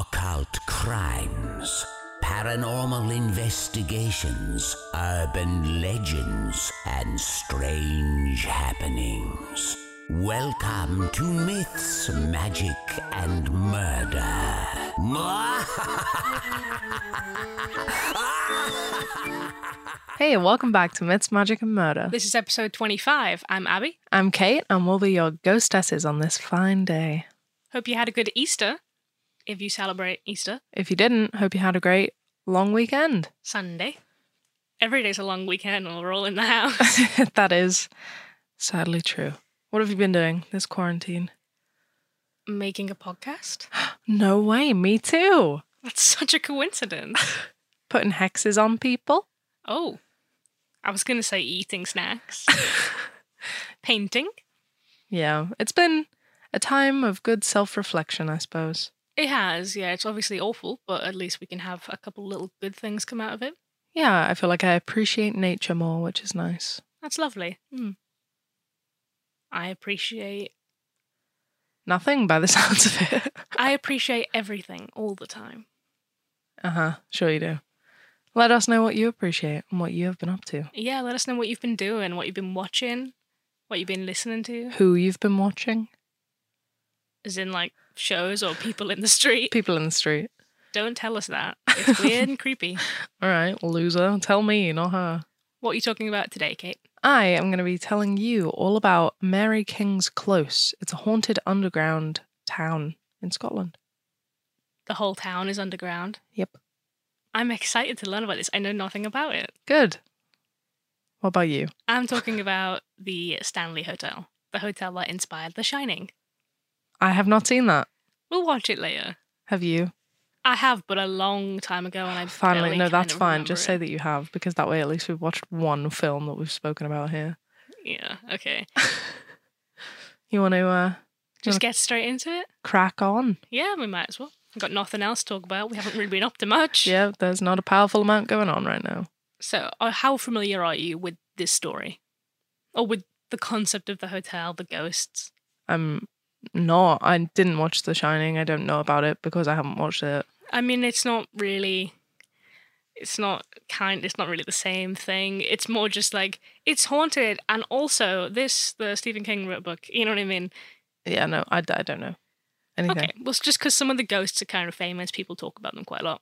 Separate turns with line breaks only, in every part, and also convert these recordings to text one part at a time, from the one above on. occult crimes, paranormal investigations, urban legends, and strange happenings. Welcome to Myths, Magic, and Murder.
Hey, and welcome back to Myths, Magic, and Murder.
This is episode 25. I'm Abby.
I'm Kate, and we'll be your ghostesses on this fine day.
Hope you had a good Easter if you celebrate Easter
If you didn't, hope you had a great long weekend.
Sunday. Every day's a long weekend while we're all in the house.
that is sadly true. What have you been doing this quarantine?
Making a podcast?
No way, me too.
That's such a coincidence.
Putting hexes on people.
Oh, I was going to say eating snacks, painting.
Yeah, it's been a time of good self reflection, I suppose.
It has, yeah, it's obviously awful, but at least we can have a couple little good things come out of it.
Yeah, I feel like I appreciate nature more, which is nice.
That's lovely. Mm. I appreciate
Nothing by the sounds of it.
I appreciate everything all the time.
uh huh, sure you do. Let us know what you appreciate and what you have been up to.
Yeah, let us know what you've been doing, what you've been watching, what you've been listening to.
Who you've been watching.
as in like shows or people in the street.
People in the street.
Don't tell us that. It's weird and creepy.
All right, loser. Tell me, not her.
What are you talking about today, Kate?
I am going to be telling you all about Mary King's Close. It's a haunted underground town in Scotland.
The whole town is underground.
Yep.
I'm excited to learn about this. I know nothing about it.
Good. What about you?
I'm talking about the Stanley Hotel, the hotel that inspired The Shining.
I have not seen that.
We'll watch it later.
Have you?
I have, but a long time ago, and I
Finally,
barely
no,
kind
that's
of
fine.
remember
Just say
it.
that you have, because that way at least we've watched one film that we've spoken about here.
Yeah. Okay.
You want to uh,
Just get straight into it.
crack on?
Yeah, we might as well. We've got nothing else to talk about. We haven't really been up to much.
Yeah, there's not a powerful amount going on right now.
So, uh, how familiar are you with this story? Or with the concept of the hotel, the ghosts?
I'm not. I didn't watch The Shining. I don't know about it because I haven't watched it.
I mean, it's not really. It's not kind. It's not really the same thing. It's more just like it's haunted, and also this the Stephen King wrote book. You know what I mean?
Yeah, no, I, I don't know anything.
Okay. Well, it's just because some of the ghosts are kind of famous, people talk about them quite a lot.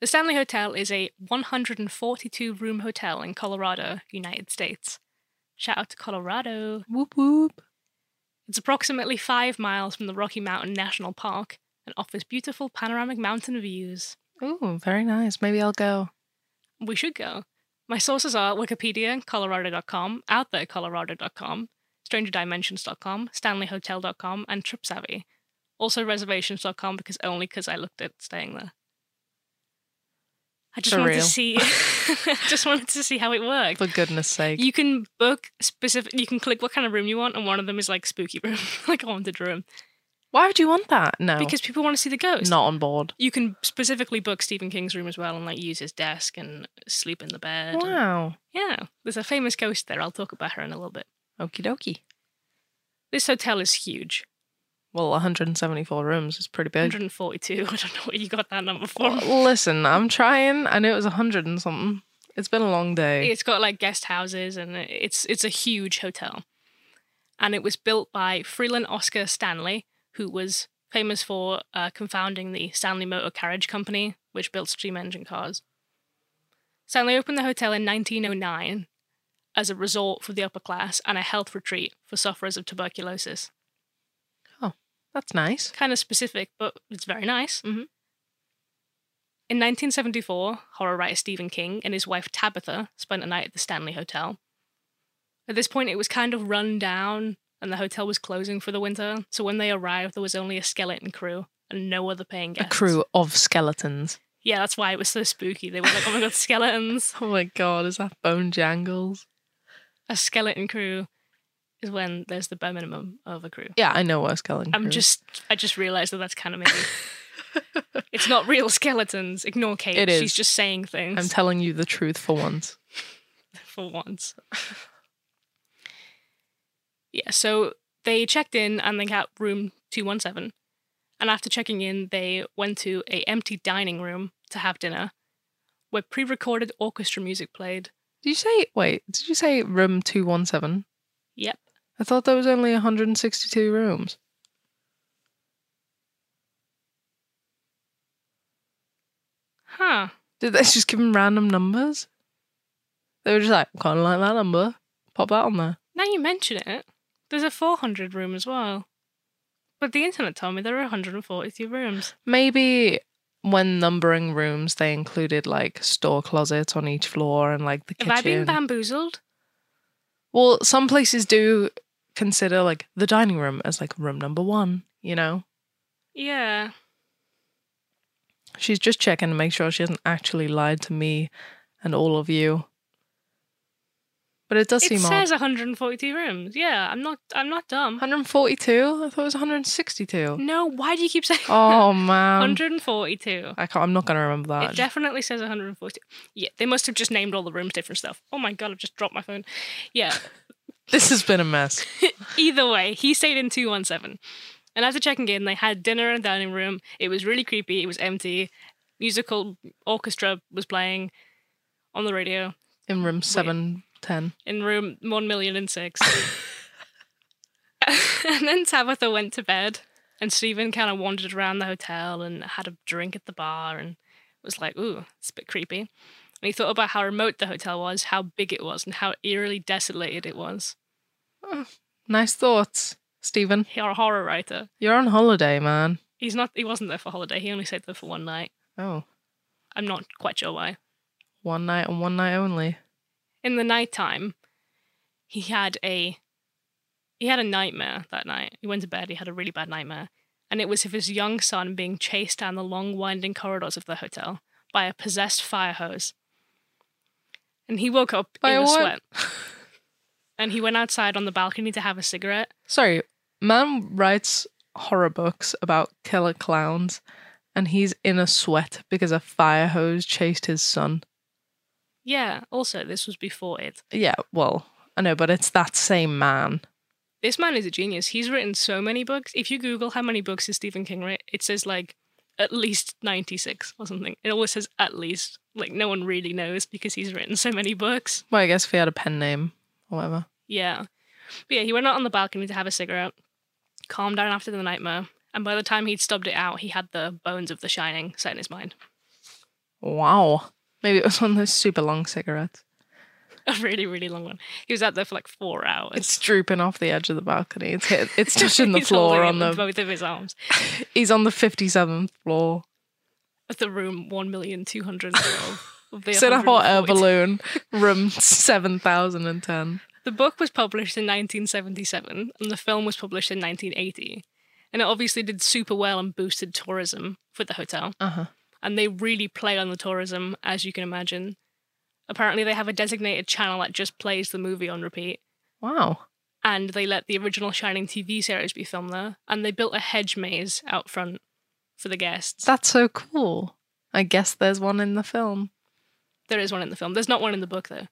The Stanley Hotel is a 142 room hotel in Colorado, United States. Shout out to Colorado.
Whoop whoop.
It's approximately five miles from the Rocky Mountain National Park and offers beautiful panoramic mountain views.
Ooh, very nice. Maybe I'll go.
We should go. My sources are Wikipedia, Colorado.com, OutThereColorado.com, StrangerDimensions.com, StanleyHotel.com, and TripSavvy. Also reservations.com because only because I looked at staying there. I just
For
wanted
real.
to see. I just wanted to see how it worked.
For goodness sake.
You can book specific. You can click what kind of room you want, and one of them is like spooky room, like a haunted room.
Why would you want that? No.
because people want to see the ghost.
not on board.
You can specifically book Stephen King's room as well and like use his desk and sleep in the bed. and-
Wow.
yeah, there's a famous ghost there. I'll talk about her in a little bit.
Okie dokie.
This hotel is huge.
Well, 174 rooms is pretty big.
142. I don't know where you got that number from.
Well, Listen, I'm trying. I knew it was 100 and something. It's been a long day.
It's got like guest houses and it's it's a huge hotel. And it was built by Freeland Oscar Stanley, who was famous for uh, confounding the Stanley Motor Carriage Company, which built steam engine cars. Stanley opened the hotel in 1909 as a resort for the upper class and a health retreat for sufferers of tuberculosis.
That's nice.
Kind of specific, but it's very nice.
Mhm.
In 1974, horror writer Stephen King and his wife Tabitha spent a night at the Stanley Hotel. At this point, it was kind of run down and the hotel was closing for the winter, so when they arrived, there was only a skeleton crew and no other paying
A
guests.
crew of skeletons.
Yeah, that's why it was so spooky. They were like, oh my god, skeletons.
Oh my god, is that bone jangles?
A skeleton crew is when there's the bare minimum of a crew.
Yeah, I know what a skeleton crew
I'm
is.
just, I just realized that that's kind of me. it's not real skeletons. Ignore Kate.
It
She's
is.
just saying things.
I'm telling you the truth for once.
for once. yeah, so they checked in and they got room 217. and after checking in, they went to a empty dining room to have dinner, where pre-recorded orchestra music played.
Did you say, wait, did you say room 217?
Yep.
I thought there was only 162 rooms.
Huh.
Did they just give them random numbers? They were just like, kind of like that number. Pop that on there.
Now you mention it, there's a 400 room as well. But the internet told me there are 142 rooms.
Maybe when numbering rooms, they included like store closets on each floor and like the kitchen.
Have I been bamboozled?
well, some places do consider like the dining room as like room number one, you know?
Yeah.
She's just checking to make sure she hasn't actually lied to me and all of you. But it does
It
seem
says
odd.
142 rooms. Yeah, I'm not. I'm not dumb.
142? I thought it was 162.
No, why do you keep saying
oh, man.
142?
I can't, I'm not going to remember that.
It definitely says 142. Yeah, they must have just named all the rooms different stuff. Oh my god, I've just dropped my phone. Yeah.
this has been a mess.
Either way, he stayed in 217. And after checking in, they had dinner in the dining room. It was really creepy. It was empty. Musical orchestra was playing on the radio
In room 710.
in room 1 million and six. and then Tabitha went to bed, and Stephen kind of wandered around the hotel and had a drink at the bar and was like, ooh, it's a bit creepy. And he thought about how remote the hotel was, how big it was, and how eerily desolated it was.
Nice thoughts, Stephen.
He- You're a horror writer.
You're on holiday, man.
He's not. He wasn't there for holiday. He only stayed there for one night.
Oh,
I'm not quite sure why.
one night and one night only.
In the nighttime, he had a he had a nightmare that night. He went to bed. He had a really bad nightmare, and it was of his young son being chased down the long winding corridors of the hotel by a possessed fire hose. And he woke up
By
in
a
a
what?
sweat. And he went outside on the balcony to have a cigarette.
Sorry, man writes horror books about killer clowns, and he's in a sweat because a fire hose chased his son.
Yeah. Also, this was before it.
Yeah, well, I know, but it's that same man.
this man is a genius. He's written so many books. If you Google how many books has Stephen King written, it says like at least 96 or something. It always says at least. Like no one really knows because he's written so many books.
Well, I guess if he had a pen name or whatever.
Yeah. But yeah, he went out on the balcony to have a cigarette, calmed down after the nightmare, and by the time he'd stubbed it out, he had the bones of the shining set in his mind.
Wow. Maybe it was one of those super long cigarettes.
A really, really long one. He was out there for like four hours.
It's drooping off the edge of the balcony. It's hit, it's touching the
He's
floor
holding it
on the
with both of his arms.
He's on the 57th floor.
At the room one million two hundred twelve.
Sit up hot air balloon, room 7010.
The book was published in 1977 and the film was published in 1980. And it obviously did super well and boosted tourism for the hotel.
Uh huh.
And they really play on the tourism, as you can imagine. Apparently, they have a designated channel that just plays the movie on repeat.
Wow.
And they let the original Shining TV series be filmed there. And they built a hedge maze out front for the guests.
That's so cool. I guess there's one in the film.
There is one in the film. There's not one in the book, though.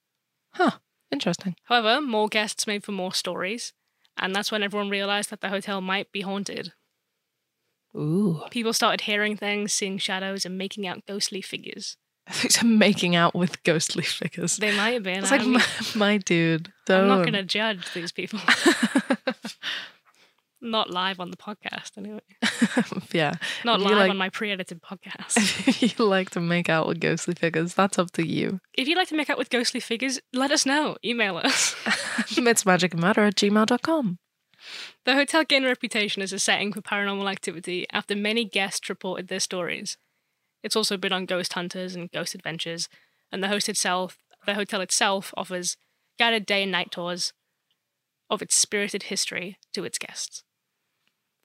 Huh. Interesting.
However, more guests made for more stories. And that's when everyone realized that the hotel might be haunted.
Ooh.
People started hearing things, seeing shadows, and making out ghostly figures.
They're making out with ghostly figures.
They might have been.
It's
I
like,
don't-
my, my dude, don't.
I'm not going to judge these people. not live on the podcast, anyway.
yeah.
Not
If you
live
like-
on my pre edited podcast.
If you like to make out with ghostly figures, that's up to you.
if you'd like to make out with ghostly figures, let us know. Email us.
it's magicandmurder at gmail.com.
the hotel gained a reputation as a setting for paranormal activity after many guests reported their stories. It's also been on Ghost Hunters and Ghost Adventures, and the host itself, the hotel itself, offers guided day and night tours of its spirited history to its guests.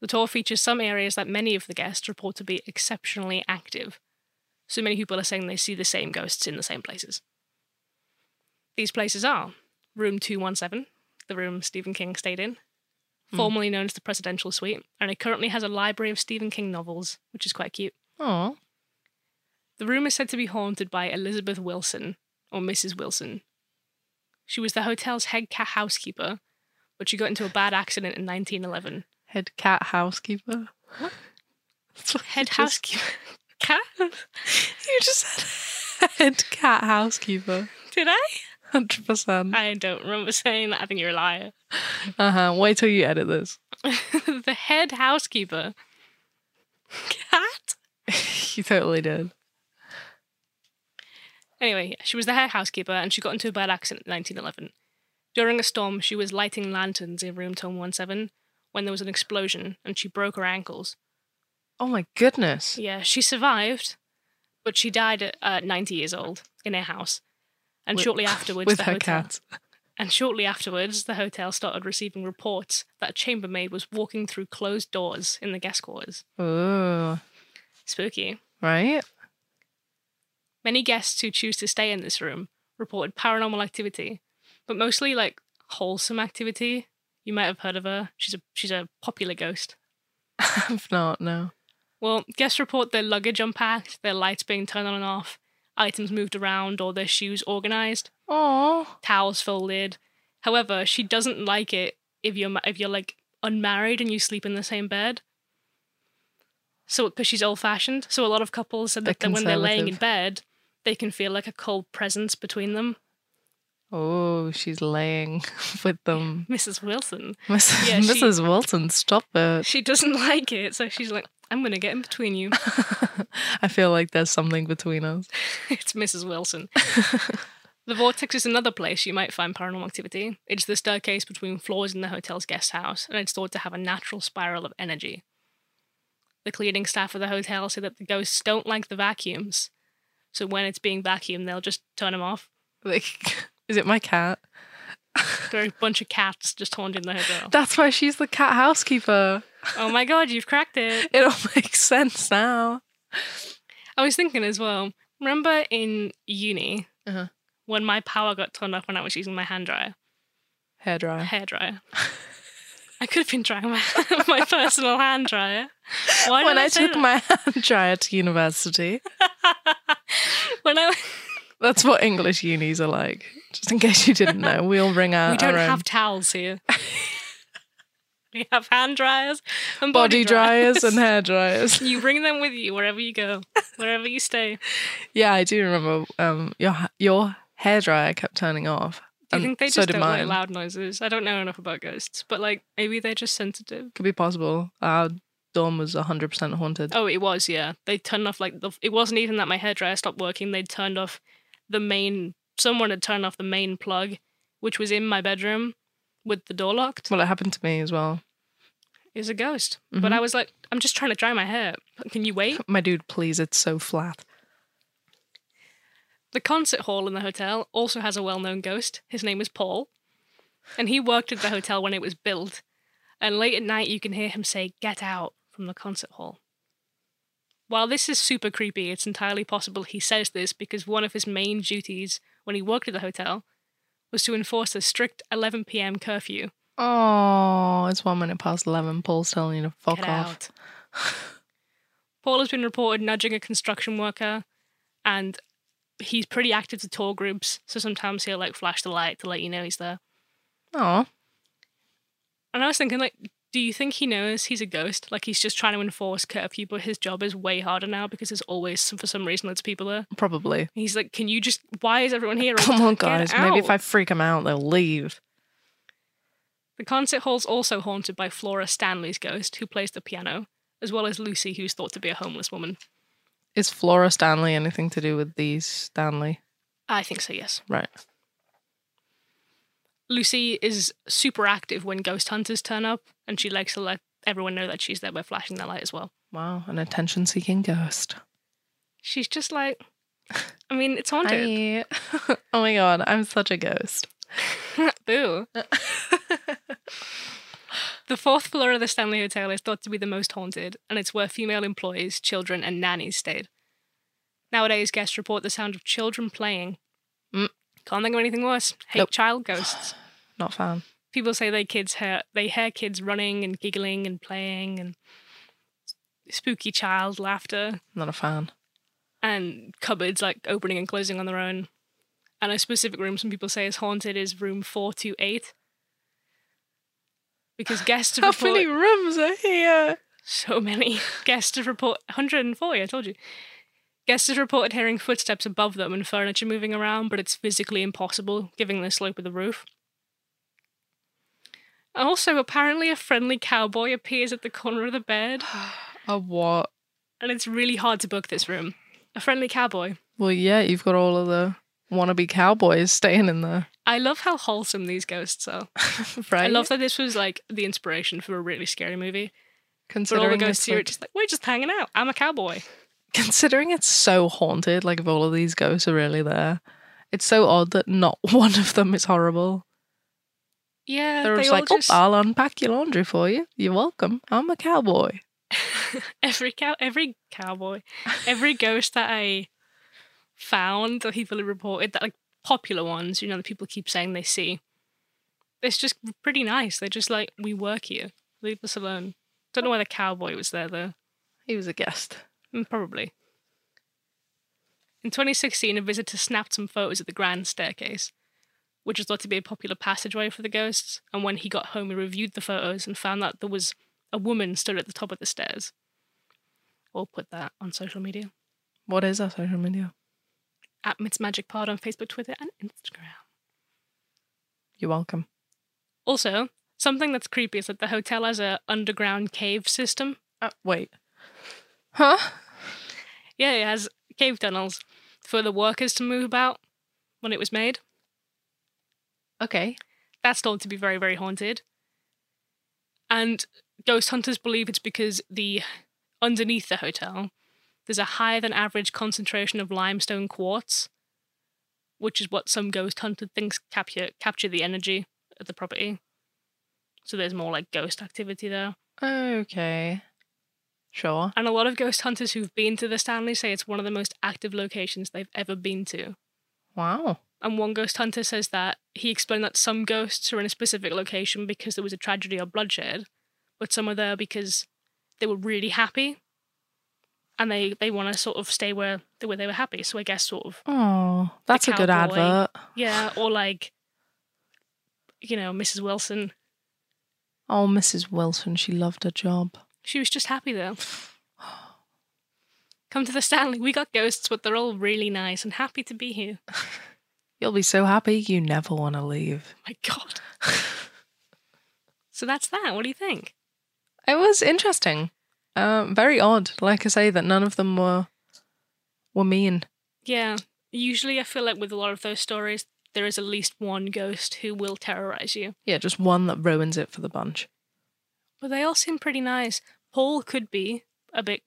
The tour features some areas that many of the guests report to be exceptionally active. So many people are saying they see the same ghosts in the same places. These places are Room 217, the room Stephen King stayed in, formerly known as the Presidential Suite, and it currently has a library of Stephen King novels, which is quite cute.
Oh.
The room is said to be haunted by Elizabeth Wilson, or Mrs. Wilson. She was the hotel's head cat housekeeper, but she got into a bad accident in 1911.
Head cat housekeeper. That's what
Head
you just-
housekeeper. Cat?
You just said head cat housekeeper.
Did I?
100%.
I don't remember saying that. I think you're a liar.
Uh huh. Wait till you edit this.
the head housekeeper. Cat?
you totally did.
Anyway, she was the head housekeeper and she got into a bad accident in 1911. During a storm, she was lighting lanterns in room 1017 when there was an explosion and she broke her ankles.
Oh my goodness.
Yeah, she survived, but she died at uh, 90 years old in her house. And
With-
shortly afterwards,
With
the
her
hotel,
cat.
And shortly afterwards, the hotel started receiving reports that a chambermaid was walking through closed doors in the guest quarters.
Oh,
Spooky.
right?
Many guests who choose to stay in this room reported paranormal activity, but mostly like wholesome activity. You might have heard of her. She's a she's a popular ghost.
I've not, no.
Well, guests report their luggage unpacked, their lights being turned on and off, items moved around, or their shoes organized,
Oh,
towels folded. However, she doesn't like it if you're ma- if you're like unmarried and you sleep in the same bed. So, because she's old fashioned, so a lot of couples said
They're
that, that when they're laying in
conservative.
bed, they can feel like a cold presence between them.
oh, she's laying with them.
Mrs. Wilson.
Mrs.
Yeah, she-
Mrs. Walton, stop it.
She doesn't like it, so she's like, I'm going to get in between you.
I feel like there's something between us.
it's Mrs. Wilson. the Vortex is another place you might find paranormal activity. It's the staircase between floors in the hotel's guest house, and it's thought to have a natural spiral of energy. The cleaning staff of the hotel say that the ghosts don't like the vacuums, so when it's being vacuumed, they'll just turn them off.
Like, is it my cat?
There are a bunch of cats just haunting the hotel.
That's why she's the cat housekeeper.
oh my god, you've cracked it!
It all makes sense now.
I was thinking as well. Remember in uni
Uh-huh.
when my power got turned off when I was using my hand dryer,
Hairdryer.
hair dryer. I could have been drying my my personal hand dryer. Why
when
did
I,
I say
took
that?
my hand dryer to university.
when I
That's what English unis are like. Just in case you didn't know, we all bring out
we don't
our own
have towels here. we have hand dryers and
body
body,
dryers and hair dryers.
you bring them with you wherever you go, wherever you stay.
Yeah, I do remember um, your ha- your hair dryer kept turning off.
Do you
and
think they
Um, so
just
did
don't
mine.
like loud noises? I don't know enough about ghosts, but like maybe they're just sensitive.
Could be possible. Our dorm was 100% haunted.
Oh, it was, yeah. They turned off like the. It wasn't even that my hairdryer stopped working. They turned off the main. Someone had turned off the main plug, which was in my bedroom, with the door locked.
Well, it happened to me as well.
It was a ghost. But I was like, I'm just trying to dry my hair. Can you wait?
My dude, please, it's so flat.
The concert hall in the hotel also has a well-known ghost. His name is Paul, and he worked at the hotel when it was built. And late at night, you can hear him say "Get out" from the concert hall. While this is super creepy, it's entirely possible he says this because one of his main duties when he worked at the hotel was to enforce a strict 11 p.m. curfew.
Oh, it's one minute past 11. Paul's telling you to fuck
Get
off.
out. Paul has been reported nudging a construction worker, and he's pretty active to tour groups. So sometimes he'll like flash the light to let you know he's there.
Oh,
And I was thinking, like, do you think he knows he's a ghost? Like, he's just trying to enforce curfew, but his job is way harder now because there's always, some- for some reason, there's people there.
probably.
He's like, can you just, why is everyone here?
Come on,
Get
guys. Maybe if
out.
I freak them out, they'll leave.
The concert hall's also haunted by Flora Stanley's ghost, who plays the piano, as well as Lucy, who's thought to be a homeless woman.
Is Flora Stanley anything to do with these Stanley?
I think so, yes.
Right.
Lucy is super active when ghost hunters turn up, and she likes to let everyone know that she's there by flashing their light as well.
Wow, an attention seeking ghost.
She's just like, I mean, it's haunted.
Hi. oh my god, I'm such a ghost.
Boo. the fourth floor of the Stanley Hotel is thought to be the most haunted, and it's where female employees, children, and nannies stayed. Nowadays, guests report the sound of children playing.
Mm.
Can't think of anything worse. Hate
Nope.
child ghosts.
Not fan.
People say they kids hear they hear kids running and giggling and playing and spooky child laughter
Not a fan.
and cupboards like opening and closing on their own. And a specific room some people say is haunted is room 428. Because guests
How
report
many rooms are here?
So many. Guests have report 140, I told you. Guests have reported hearing footsteps above them and furniture moving around, but it's physically impossible, given the slope of the roof. Also, apparently, a friendly cowboy appears at the corner of the bed,
A what?
and it's really hard to book this room. A friendly cowboy.
Well, yeah, you've got all of the wannabe cowboys staying in there,
I love how wholesome these ghosts are.
right?
I love that this was like the inspiration for a really scary movie. But
Considering
all the ghosts
it's,
here are
like-
just like, we're just hanging out. I'm a cowboy.
considering it's so haunted, like if all of these ghosts are really there, it's so odd that not one of them is horrible.
Yeah,
They're just
all
like, oh, I'll unpack your laundry for you. You're welcome. I'm a cowboy.
every cow, every cowboy, every ghost that I found or people who reported that like popular ones, you know, that people keep saying they see. It's just pretty nice. They're just like, we work here. Leave us alone. Don't know why the cowboy was there though.
He was a guest.
Mm, Probably. In 2016, a visitor snapped some photos of the grand staircase, which was thought to be a popular passageway for the ghosts. And when he got home, he reviewed the photos and found that there was a woman stood at the top of the stairs. We'll put that on social media
What is our social media?
at Mids Magic Pod on Facebook, Twitter, and Instagram.
You're welcome.
Also, something that's creepy is that the hotel has a underground cave system.
Uh, wait. Huh?
Yeah, it has cave tunnels for the workers to move about when it was made.
Okay.
that's thought to be very, very haunted. And ghost hunters believe it's because the underneath the hotel, there's a higher than average concentration of limestone quartz, which is what some ghost hunter thinks capture capture the energy of the property. So there's more like ghost activity there.
Okay. Sure.
And a lot of ghost hunters who've been to the Stanley say it's one of the most active locations they've ever been to.
Wow.
And one ghost hunter says that he explained that some ghosts are in a specific location because there was a tragedy or bloodshed, but some are there because they were really happy and they, they want to sort of stay where they, where they were happy. So I guess sort of,
Oh, that's a good
cowboy.
advert.
yeah, or like, you know, Mrs. Wilson,
Oh, Mrs. Wilson, she loved her job.
she was just happy there. Come to the Stanley. We got ghosts, but they're all really nice and happy to be here. Oh
You'll be so happy you never want to leave.
My God. so that's that. What do you think?
It was interesting. Um, very odd. Like I say, that none of them were were mean.
Yeah. Usually, I feel like with a lot of those stories, there is at least one ghost who will terrorize you.
Yeah, just one that ruins it for the bunch.
But they all seem pretty nice. Paul could be a bit.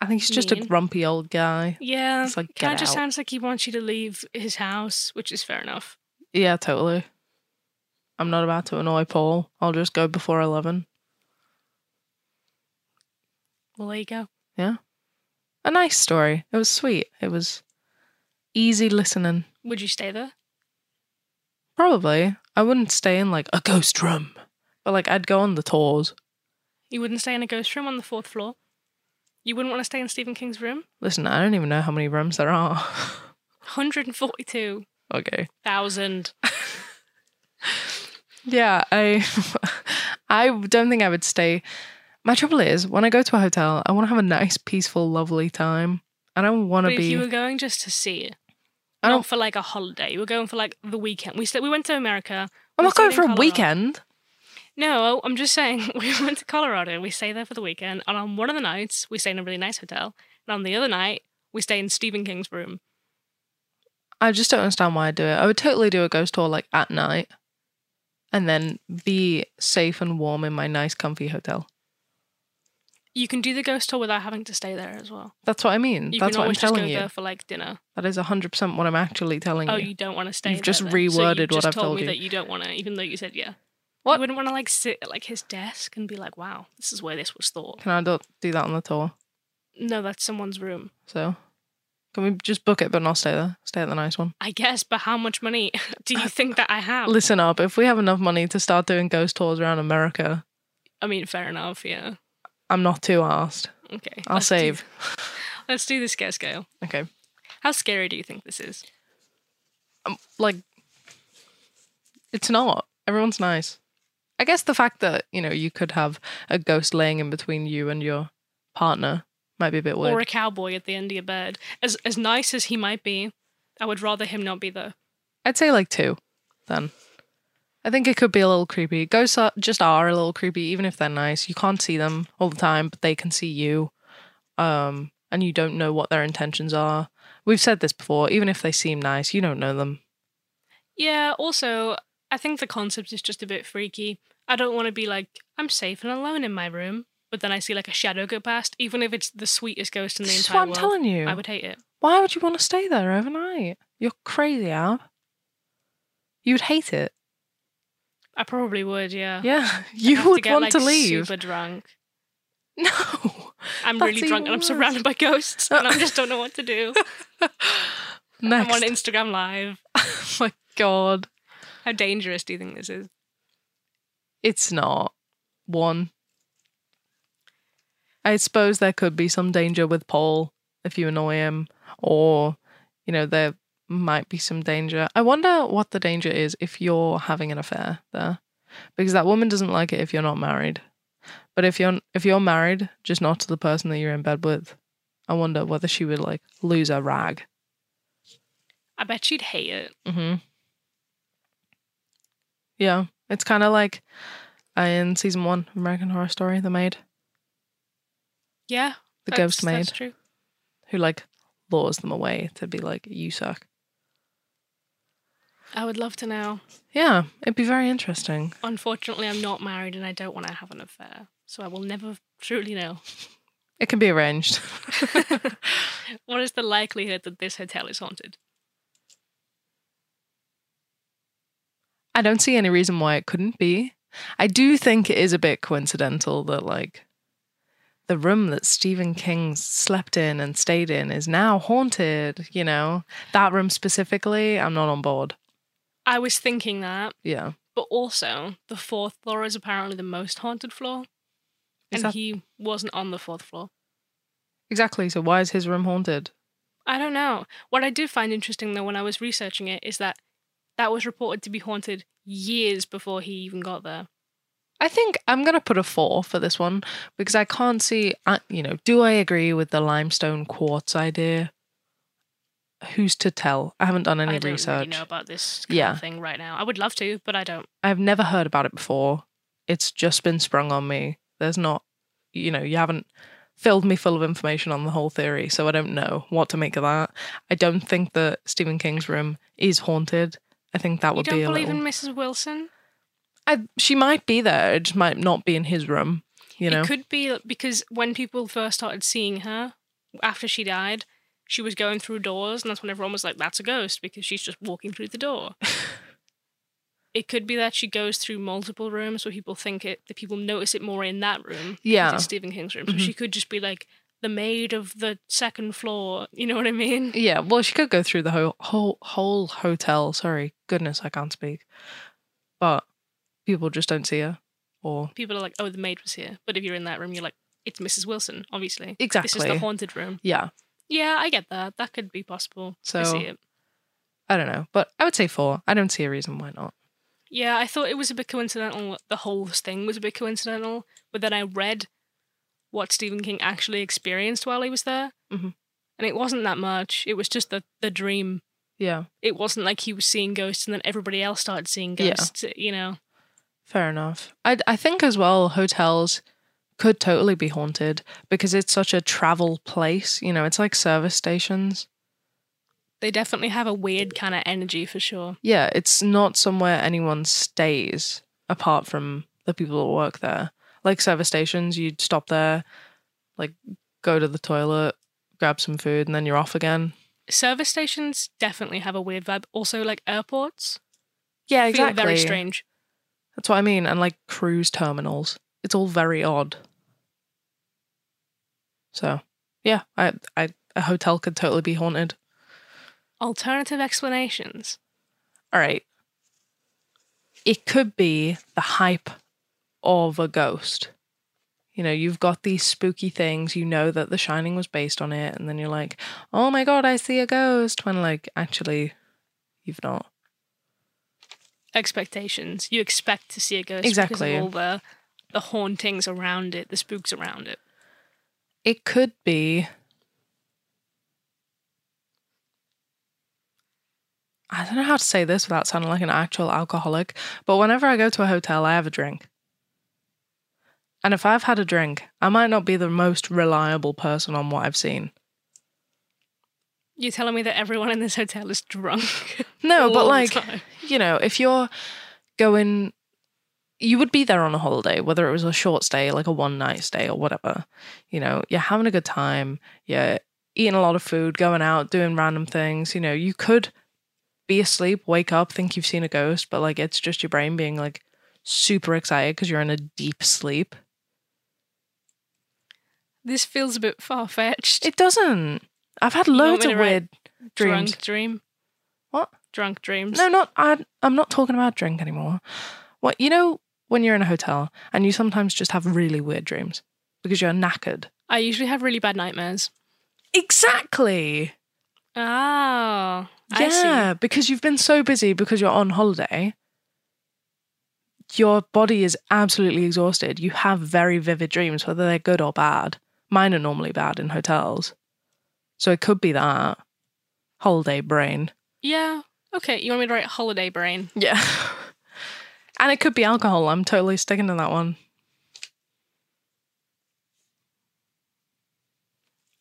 I think he's just
Mean.
a grumpy old guy.
Yeah.
It's like,
kind
"Get
of just
out."
sounds like he wants you to leave his house, which is fair enough.
Yeah, totally. I'm not about to annoy Paul. I'll just go before eleven.
Well, there you go.
A nice story. It was sweet. It was easy listening.
Would you stay there?
Probably. I wouldn't stay in like a ghost room, but like I'd go on the tours,
You wouldn't stay in a ghost room on the fourth floor? You wouldn't want to stay in Stephen King's room?
Listen, I don't even know how many rooms there are.
142,000.
okay. Yeah, I I don't think I would stay. My trouble is when I go to a hotel, I want to have a nice, peaceful, lovely time. I don't want
But
to
if
be.
you were going just to see it,
I
not
don't.
for like a holiday, you were going for like the weekend. We, st- we went to America.
I'm not
We're
going
staying
for a
in Colorado.
weekend.
No, I'm just saying we went to Colorado. We stay there for the weekend, and on one of the nights we stay in a really nice hotel, and on the other night we stay in Stephen King's room.
I just don't understand why I do it. I would totally do a ghost tour like at night, and then be safe and warm in my nice, comfy hotel.
You can do the ghost tour without having to stay there as well.
That's what I mean.
You
That's
can
what I'm
always just go
telling you.
there for like dinner.
That is 100% what I'm actually telling
Oh,
you.
you don't want to stay.
You've just
there then. so you
reworded what
just
I've
told
told
me
you.
that you don't want to, even though you said yeah.
What?
You wouldn't want to like sit at like his desk and be like, "Wow, this is where this was thought."
Can I not do that on the tour?
No, that's someone's room.
So, can we just book it but not stay there? Stay at the nice one.
I guess, but how much money do you think that I have?
Listen up. If we have enough money to start doing ghost tours around America,
I mean, fair enough. Yeah.
I'm not too asked.
Okay.
I'll
let's do-
save.
let's do the scare scale.
Okay.
How scary do you think this is?
Um, like, it's not. Everyone's nice. I guess the fact that, you know, you could have a ghost laying in between you and your partner might be a bit weird.
Or a cowboy at the end of your bed. As as nice as he might be, I would rather him not be there.
I'd say like two then. I think it could be a little creepy. Ghosts are, just are a little creepy, even if they're nice. You can't see them all the time, but they can see you. Um, and you don't know what their intentions are. We've said this before. Even if they seem nice, you don't know them.
Yeah, also, I think the concept is just a bit freaky. I don't want to be like, I'm safe and alone in my room, but then I see like a shadow go past, even if it's the sweetest ghost in the
This is
entire
what I'm
world.
telling you.
I would hate it.
Why would you want to stay there overnight? You're crazy, Ab. You'd hate it.
I probably would, yeah.
Yeah,
I'd
you
have to
would
get,
want
like,
to leave.
Super drunk.
No.
I'm
That's
really
even
drunk and I'm
worse.
surrounded by ghosts, and I just don't know what to do. I'm on
Next.
Instagram Live.
oh my god.
How dangerous do you think this is?
It's not one. I suppose there could be some danger with Paul if you annoy him, or, you know, there might be some danger. I wonder what the danger is if you're having an affair there, because that woman doesn't like it if you're not married. But if you're if you're married, just not to the person that you're in bed with, I wonder whether she would like lose her rag.
I bet she'd hate it.
Mm-hmm. Yeah, it's kind of like uh, in season one of American Horror Story, the maid,
Yeah.
the
that's-
ghost maid,
That's true.
who like lures them away to be like, "You suck."
I would love to know.
Yeah, it'd be very interesting.
Unfortunately, I'm not married and I don't want to have an affair, so I will never truly know.
It can be arranged.
what is the likelihood that this hotel is haunted?
I don't see any reason why it couldn't be. I do think it is a bit coincidental that like the room that Stephen King slept in and stayed in is now haunted. You know that room specifically. I'm not on board.
I was thinking that,
Yeah.
but also the fourth floor is apparently the most haunted floor,
Is
and
that-
he wasn't on the fourth floor.
Exactly. So why is his room haunted?
I don't know. What I did find interesting though when I was researching it is that that was reported to be haunted years before he even got there.
I think I'm going to put a four for this one because I can't see, I- you know, do I agree with the limestone quartz idea? Who's to tell? I haven't done any
I don't
research.
really know about this kind
Yeah.
of thing right now. I would love to, but I don't.
I've never heard about it before. It's just been sprung on me. There's not, you know, you haven't filled me full of information on the whole theory, so I don't know what to make of that. I don't think that Stephen King's room is haunted. I think that
You
would
don't
be a
believe
little.
in Mrs. Wilson?
I, she might be there. It just might not be in his room. You know,
It could be because when people first started seeing her after she died, she was going through doors, and that's when everyone was like, that's a ghost because she's just walking through the door. it could be that she goes through multiple rooms where people think it, that people notice it more in that room. 'cause
Yeah.
It's Stephen King's room. So
Mhm.
she could just be like, the maid of the second floor. You know what I mean?
Yeah, well, she could go through the whole whole whole hotel. Sorry, goodness, I can't speak. But people just don't see her, or
People are like, oh, the maid was here. But if you're in that room, you're like, it's Mrs. Wilson, obviously. This is
exactly.
the haunted room.
yeah,
Yeah, I get that. That could be possible. I
So-
see it.
I don't know, but I would say four. I don't see a reason why not.
Yeah, I thought it was a bit coincidental. The whole thing was a bit coincidental, but then I read what Stephen King actually experienced while he was there,
Mhm.
and it wasn't that much. It was just the the dream.
Yeah,
It wasn't like he was seeing ghosts, and then everybody else started seeing
Yeah.
ghosts. You know,
fair enough. I I think as well hotels could totally be haunted because it's such a travel place. You know, it's like service stations.
they definitely have a weird kind of energy for sure.
Yeah, it's not somewhere anyone stays apart from the people that work there. Like service stations, you'd stop there, like go to the toilet, grab some food, and then you're off again.
Service stations definitely have a weird vibe. Also, like airports,
Yeah,
feel very strange.
That's what I mean. And like cruise terminals, it's all very odd. So, yeah, I, I, a hotel could totally be haunted.
Alternative explanations.
All right. It could be the hype of a ghost. You know, you've got these spooky things, you know that The Shining was based on it, and then you're like, oh my god, I see a ghost, when like actually you've not.
expectations. You expect to see a ghost because
Exactly.
of all the the hauntings around it, the spooks around it.
It could be. I don't know how to say this without sounding like an actual alcoholic, but whenever I go to a hotel, I have a drink. And if I've had a drink, I might not be the most reliable person on what I've seen.
You're telling me that everyone in this hotel is drunk.
No,
all
but
the
like,
time?
you know, if you're going, you would be there on a holiday, whether it was a short stay, like a one night stay or whatever. You know, you're having a good time, you're eating a lot of food, going out, doing random things. You know, you could be asleep, wake up, think you've seen a ghost, but like it's just your brain being like super excited because you're in a deep sleep.
this feels a bit far fetched.
It doesn't. I've had
want
loads
me
of
to write
weird dreams.
Drunk dream.
What?
Drunk dreams.
No, not I. I'm not talking about drink anymore. What you know when you're in a hotel and you sometimes just have really weird dreams because you're knackered.
I usually have really bad nightmares.
Exactly.
Oh, I see.
Ah, Yeah, because you've been so busy because you're on holiday. Your body is absolutely exhausted. You have very vivid dreams, whether they're good or bad. Mine are normally bad in hotels, so it could be that holiday brain.
Yeah. Okay, you want me to write holiday brain?
Yeah. And it could be alcohol. I'm totally sticking to that one.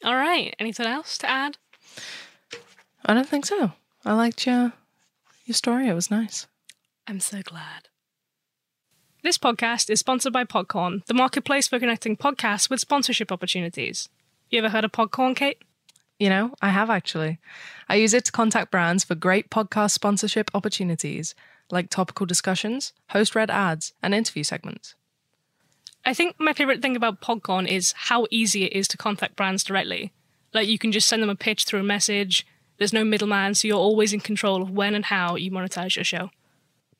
All right. Anything else to add?
I don't think so. I liked your your story. It was nice.
I'm so glad. This podcast is sponsored by Podcorn, the marketplace for connecting podcasts with sponsorship opportunities. You ever heard of Podcorn, Kate?
You know, I have actually. I use it to contact brands for great podcast sponsorship opportunities, like topical discussions, host read ads, and interview segments.
I think my favorite thing about Podcorn is how easy it is to contact brands directly. Like you can just send them a pitch through a message. There's no middleman, so you're always in control of when and how you monetize your show.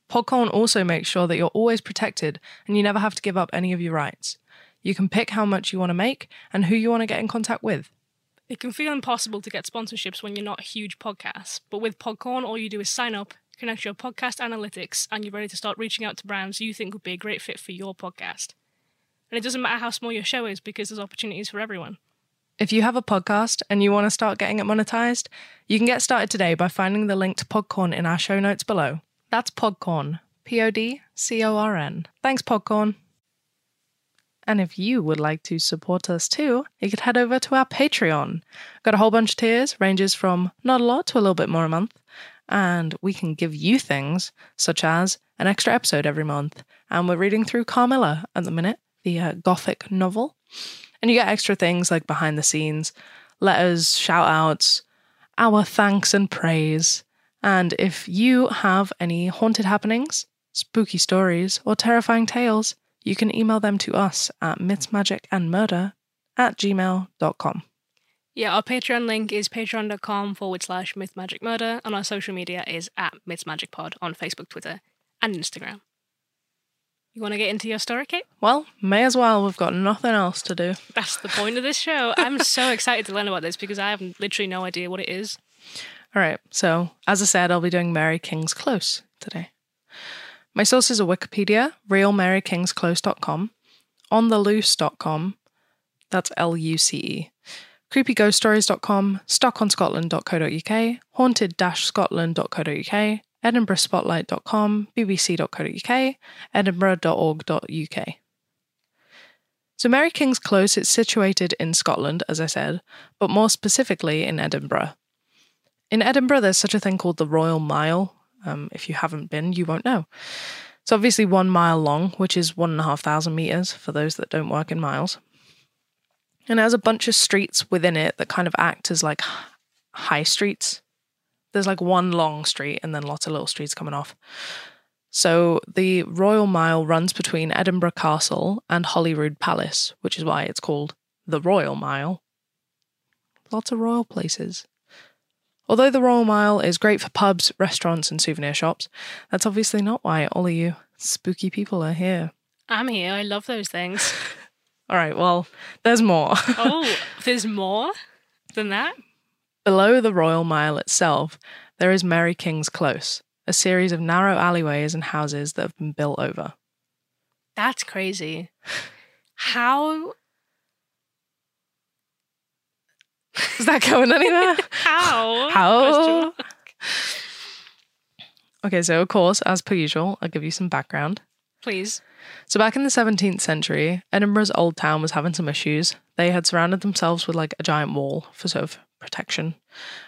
Podcorn also makes sure that you're always protected and you never have to give up any of your rights. You can pick how much you want to make and who you want to get in contact with.
It can feel impossible to get sponsorships when you're not huge podcasts, but with Podcorn, all you do is sign up, connect your podcast analytics, and you're ready to start reaching out to brands you think would be a great fit for your podcast. And it doesn't matter how small your show is because there's opportunities for everyone.
If you have a podcast and you want to start getting it monetized, you can get started today by finding the link to Podcorn in our show notes below. That's Podcorn, P O D C O R N. Thanks, Podcorn. And if you would like to support us too, you could head over to our Patreon. Got a whole bunch of tiers, ranges from not a lot to a little bit more a month. And we can give you things such as an extra episode every month. And we're reading through Carmilla at the minute, the uh, gothic novel. And you get extra things like behind the scenes, letters, shout outs, our thanks and praise. And if you have any haunted happenings, spooky stories, or terrifying tales, you can email them to us at mythsmagicandmurder at gmail.com.
Yeah, our Patreon link is patreon.com forward slash mythmagicmurder, and our social media is at mythmagicpod on Facebook, Twitter, and Instagram. You want to get into your story, Kate?
Well, may as well. We've got nothing else to do.
That's the point of this show. I'm so excited to learn about this because I have literally no idea what it is.
All right. So, as I said, I'll be doing Mary King's Close today. My sources are Wikipedia, realmarykingsclose.com, ontheloose.com, that's L U C E, creepyghoststories.com, stuckonscotland.co.uk, haunted-scotland.co.uk, edinburghspotlight.com, bbc.co.uk, edinburgh.org.uk. So, Mary King's Close is situated in Scotland, as I said, but more specifically in Edinburgh. In Edinburgh, there's such a thing called the Royal Mile. Um, if you haven't been, you won't know. It's obviously one mile long, which is one and a half thousand metres for those that don't work in miles. And it has a bunch of streets within it that kind of act as like h- high streets. There's like one long street and then lots of little streets coming off. So the Royal Mile runs between Edinburgh Castle and Holyrood Palace, which is why it's called the Royal Mile. Lots of royal places. Although the Royal Mile is great for pubs, restaurants, and souvenir shops, that's obviously not why all of you spooky people are here.
I'm here. I love those things.
All right, well, there's more.
oh, there's more than that?
Below the Royal Mile itself, there is Mary King's Close, a series of narrow alleyways and houses that have been built over.
That's crazy. How?
Is that going anywhere?
How? Question
How?
mark.
Okay, so of course, as per usual, I'll give you some background.
Please.
So back in the 17th century, Edinburgh's old town was having some issues. They had surrounded themselves with like a giant wall for sort of protection,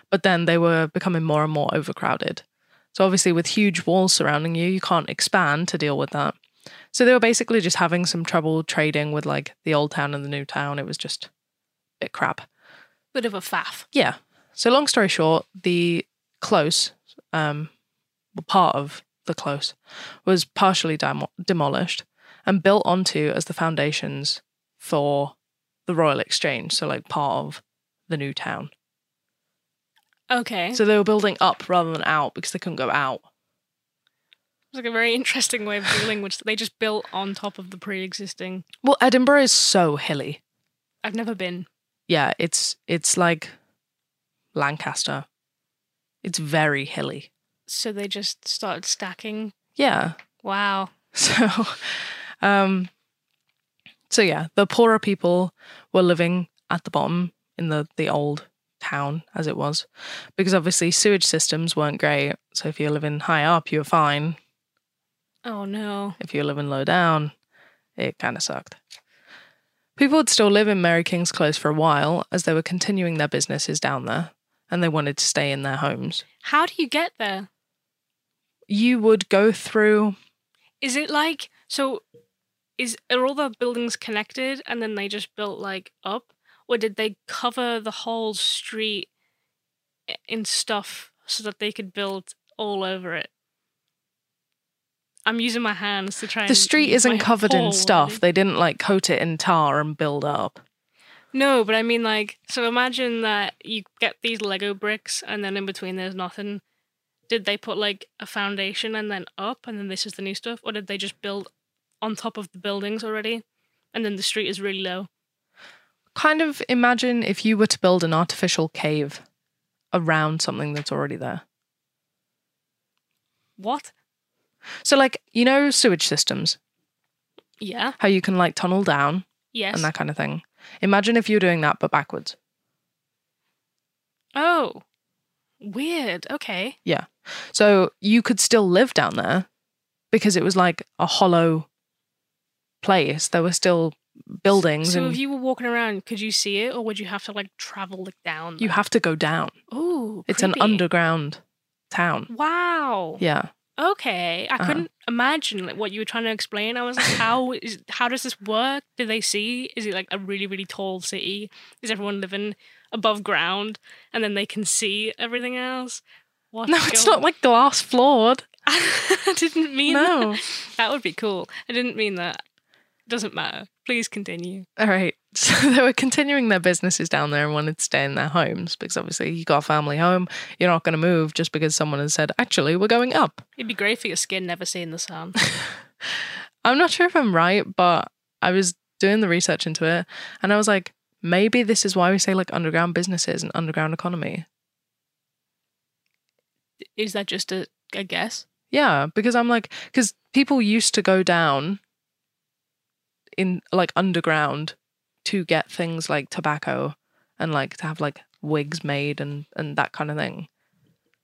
but then they were becoming more and more overcrowded. So obviously, with huge walls surrounding you, you can't expand to deal with that. So they were basically just having some trouble trading with like the old town and the new town. It was just a bit crap.
Bit of a faff.
Yeah. So long story short, the close, um, well, part of the close, was partially demo- demolished and built onto as the foundations for the Royal Exchange. So like part of the new town.
Okay.
So they were building up rather than out because they couldn't go out.
It's like a very interesting way of dealing with they just built on top of the pre-existing.
Well, Edinburgh is so hilly.
I've never been.
Yeah, it's it's like Lancaster. It's very hilly.
So they just started stacking.
Yeah.
Wow.
So, um, so yeah, the poorer people were living at the bottom in the the old town as it was, because obviously sewage systems weren't great. So if you're living high up, you were fine.
Oh no.
If you're living low down, it kind of sucked. People would still live in Mary King's Close for a while as they were continuing their businesses down there, and they wanted to stay in their homes.
How do you get there?
You would go through
Is it like so is are all the buildings connected and then they just built like up or did they cover the whole street i- in stuff so that they could build all over it? I'm using my hands to try
the
and
street
use my
isn't covered in
whole
stuff.
body.
They didn't like coat it in tar and build up.
No, but I mean, like, so imagine that you get these Lego bricks and then in between there's nothing. Did they put like a foundation and then up and then this is the new stuff? Or did they just build on top of the buildings already and then the street is really low?
Kind of imagine if you were to build an artificial cave around something that's already there.
What?
So like, you know sewage systems,
Yeah.
how you can like tunnel down
Yes.
and that kind of thing. Imagine if you're doing that but backwards.
oh, weird. Okay.
So you could still live down there because it was like a hollow place. There were still buildings
So
and
if
you-,
you were walking around, could you see it or would you have to like travel like down?
have to go down.
Oh,
It's an underground town.
Wow.
Yeah.
okay i
Uh-huh.
couldn't imagine like, what you were trying to explain i was like how is how does this work do they see is it like a really really tall city is everyone living above ground and then they can see everything else what
No, it's not like glass floored.
i didn't mean
No.
that. that would be cool i didn't mean that doesn't matter please continue
All right. So they were continuing their businesses down there and wanted to stay in their homes because obviously you got a family home. You're not going to move just because someone has said, actually, we're going up.
it'd be great for your skin never seeing the sun
I'm not sure if I'm right, but I was doing the research into it and I was like, maybe this is why we say like underground businesses and underground economy.
is that just a, a guess
Yeah. Because I'm like, because people used to go down in like underground to get things like tobacco and like to have like wigs made and, and that kind of thing.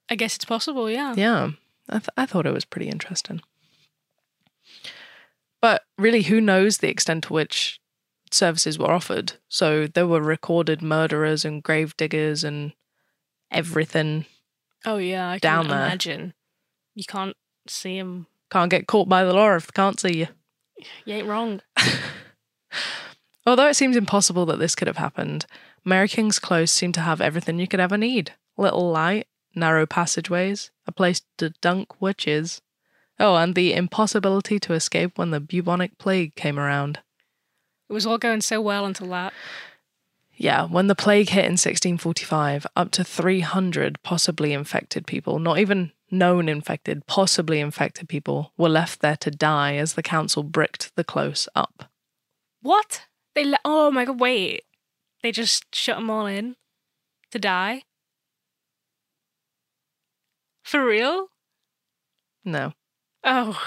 i guess it's possible yeah
Yeah, I, th- I thought it was pretty interesting. But really, who knows the extent to which services were offered? So there were recorded murderers and grave diggers and everything.
oh yeah i
Down
can
there.
imagine you can't see him
Can't get caught by the law if they can't see you.
You ain't wrong.
Although it seems impossible that this could have happened, Mary King's Close seemed to have everything you could ever need little light, narrow passageways, a place to dunk witches. Oh, and the impossibility to escape when the bubonic plague came around.
It was all going so well until that.
Yeah, when the plague hit in 1645, up to 300 possibly infected people, not even known infected, possibly infected people, were left there to die as the council bricked the close up.
What? They le- oh my god, wait. They just shut them all in to die? For real?
No. Oh.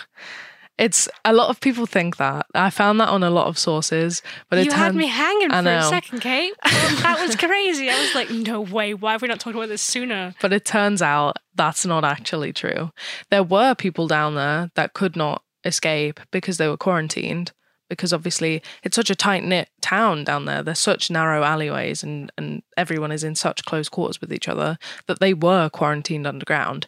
It's a lot of people think that. I found that on a lot of sources, but it
you had
turn-
me hanging
I
for a
know.
second, Kate. that was crazy. I was like, no way. Why have we not talked about this sooner?
But it turns out that's not actually true. There were people down there that could not escape because they were quarantined. Because obviously it's such a tight knit town down there. There's such narrow alleyways and, and everyone is in such close quarters with each other that they were quarantined underground.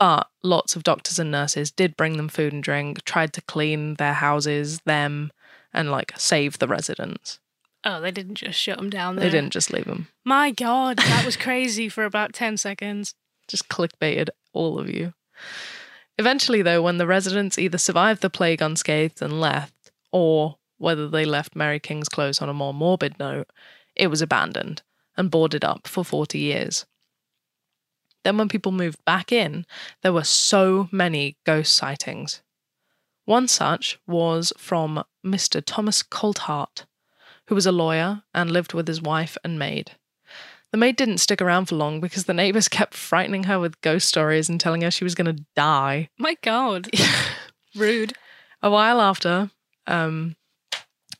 But lots of doctors and nurses did bring them food and drink, tried to clean their houses, them, and like save the residents.
Oh, they didn't just shut them down. There.
They didn't just leave them.
My God, that was crazy for about 10 seconds.
just clickbaited all of you. Eventually, though, when the residents either survived the plague unscathed and left, or whether they left Mary King's Close on a more morbid note, it was abandoned and boarded up for 40 years. Then, when people moved back in, there were so many ghost sightings. One such was from Mr. Thomas Coulthart, who was a lawyer and lived with his wife and maid. The maid didn't stick around for long because the neighbors kept frightening her with ghost stories and telling her she was going to die.
My God. Rude.
A while after, um,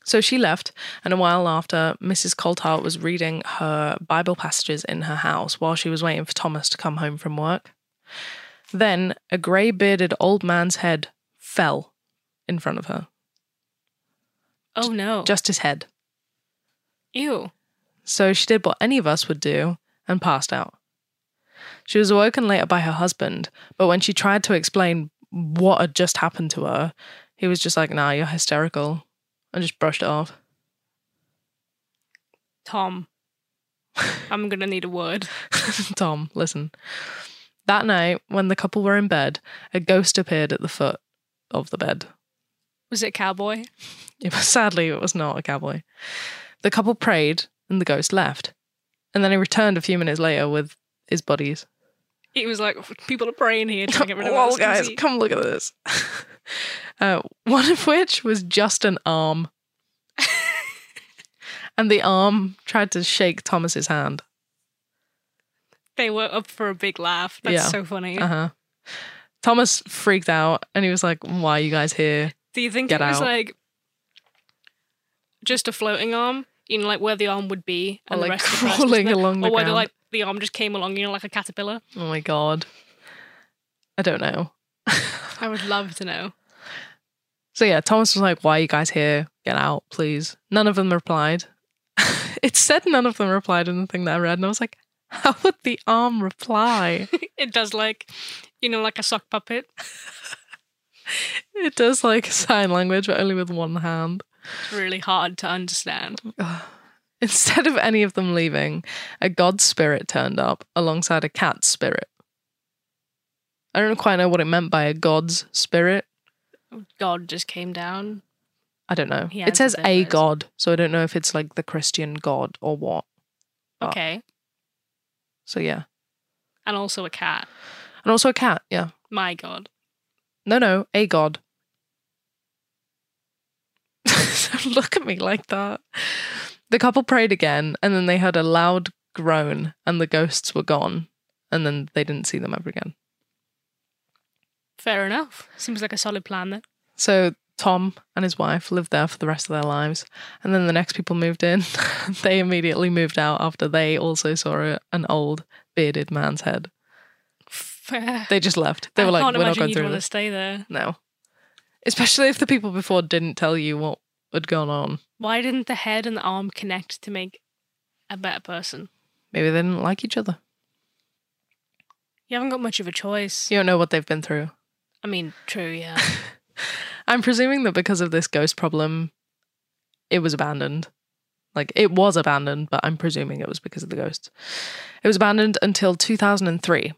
so she left, and a while after, Mrs. Coulthart was reading her Bible passages in her house while she was waiting for Thomas to come home from work. Then a grey bearded old man's head fell in front of her,
Oh, no.
just his head.
Ew.
So she did what any of us would do and passed out. She was awoken later by her husband, but when she tried to explain what had just happened to her, he was just like, nah, you're hysterical, and just brushed it off.
Tom. I'm going to need a word.
Tom, listen. That night, when the couple were in bed, a ghost appeared at the foot of the bed.
Was it cowboy?
It was, sadly, it was not a cowboy. The couple prayed, and the ghost left. And then he returned a few minutes later with his buddies.
It was like, people are praying here trying to get rid of
Whoa,
us.
guys, come look at this. uh, one of which was just an arm. and the arm tried to shake Thomas's hand.
They were up for a big laugh. That's
Yeah.
so funny.
Uh-huh. Thomas freaked out and he was like, Why are you guys here?
Do you think
Get
it was
out.
like just a floating arm? You know, like where the arm would be,
Or
and the
like
rest of the person was
crawling
there?
along the
or whether
ground.
like the arm just came along, you know, like a caterpillar.
Oh my god. I don't know.
I would love to know.
So yeah, Thomas was like, Why are you guys here? Get out, please. None of them replied. it said none of them replied in the thing that I read, and I was like, How would the arm reply?
It does like, you know, like a sock puppet.
it does like sign language, but only with one hand.
It's really hard to understand.
Instead of any of them leaving, a god spirit turned up alongside a cat spirit. I don't quite know what it meant by a god's spirit.
God just came down.
I don't know.
Yeah,
it says
it's a
a
bit
god, so I don't know if it's like the Christian god or what. Oh.
Okay,
So yeah.
and also a cat.
And also a cat, yeah.
My God,
No, no, a god. Don't look at me like that. The couple prayed again, and then they heard a loud groan, and the ghosts were gone. And then they didn't see them ever again.
fair enough. Seems like a solid plan then.
So Tom and his wife lived there for the rest of their lives. And then the next people moved in. they immediately moved out after they also saw a, an old bearded man's head.
Fair.
They just left. They were
I
like,
can't
we're not
imagine
going
you'd
through
want to
this.
stay there.
No. Especially if the people before didn't tell you what had gone on.
Why didn't the head and the arm connect to make a better person?
Maybe they didn't like each other.
You haven't got much of a choice.
You don't know what they've been through.
I mean, true, yeah.
I'm presuming that because of this ghost problem, it was abandoned. Like it was abandoned, but I'm presuming it was because of the ghosts. It was abandoned until 2003.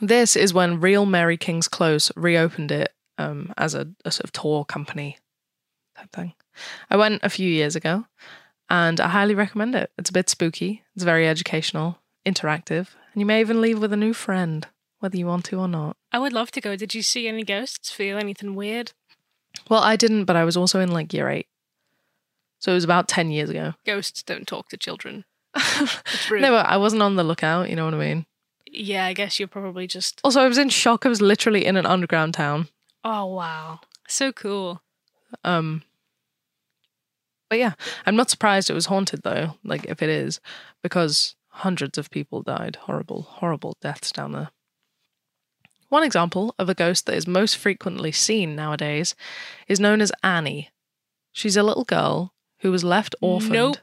This is when Real Mary King's Close reopened it um, as a, a sort of tour company type thing. I went a few years ago and I highly recommend it. It's a bit spooky, it's very educational, interactive, and you may even leave with a new friend, whether you want to or not.
I would love to go. Did you see any ghosts? Feel anything weird?
Well, I didn't, but I was also in like year eight. So it was about 10 years ago.
Ghosts don't talk to children.
no,
rude.
but I wasn't on the lookout, you know what I mean?
Yeah, I guess you're probably just.
Also, I was in shock. I was literally in an underground town.
Oh wow, so cool.
Um, but yeah, I'm not surprised it was haunted though. Like if it is, because hundreds of people died. Horrible, horrible deaths down there. One example of a ghost that is most frequently seen nowadays is known as Annie. She's a little girl who was left orphaned.
Nope.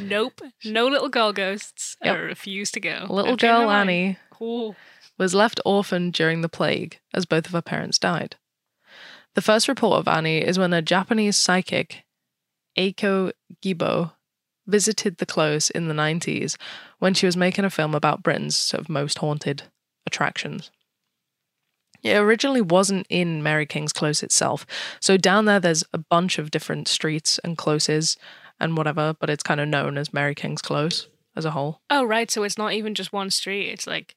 Nope, no little girl ghosts. I
Yep.
refuse to go.
Little
I've changed
girl
my mind.
Annie
Cool.
was left orphaned during the plague as both of her parents died. The first report of Annie is when a Japanese psychic, Eiko Gibo, visited the close in the 90s when she was making a film about Britain's sort of most haunted attractions. It originally wasn't in Mary King's Close itself. So down there, there's a bunch of different streets and closes and whatever, but it's kind of known as Mary King's Close as a whole.
Oh right, so it's not even just one street. It's like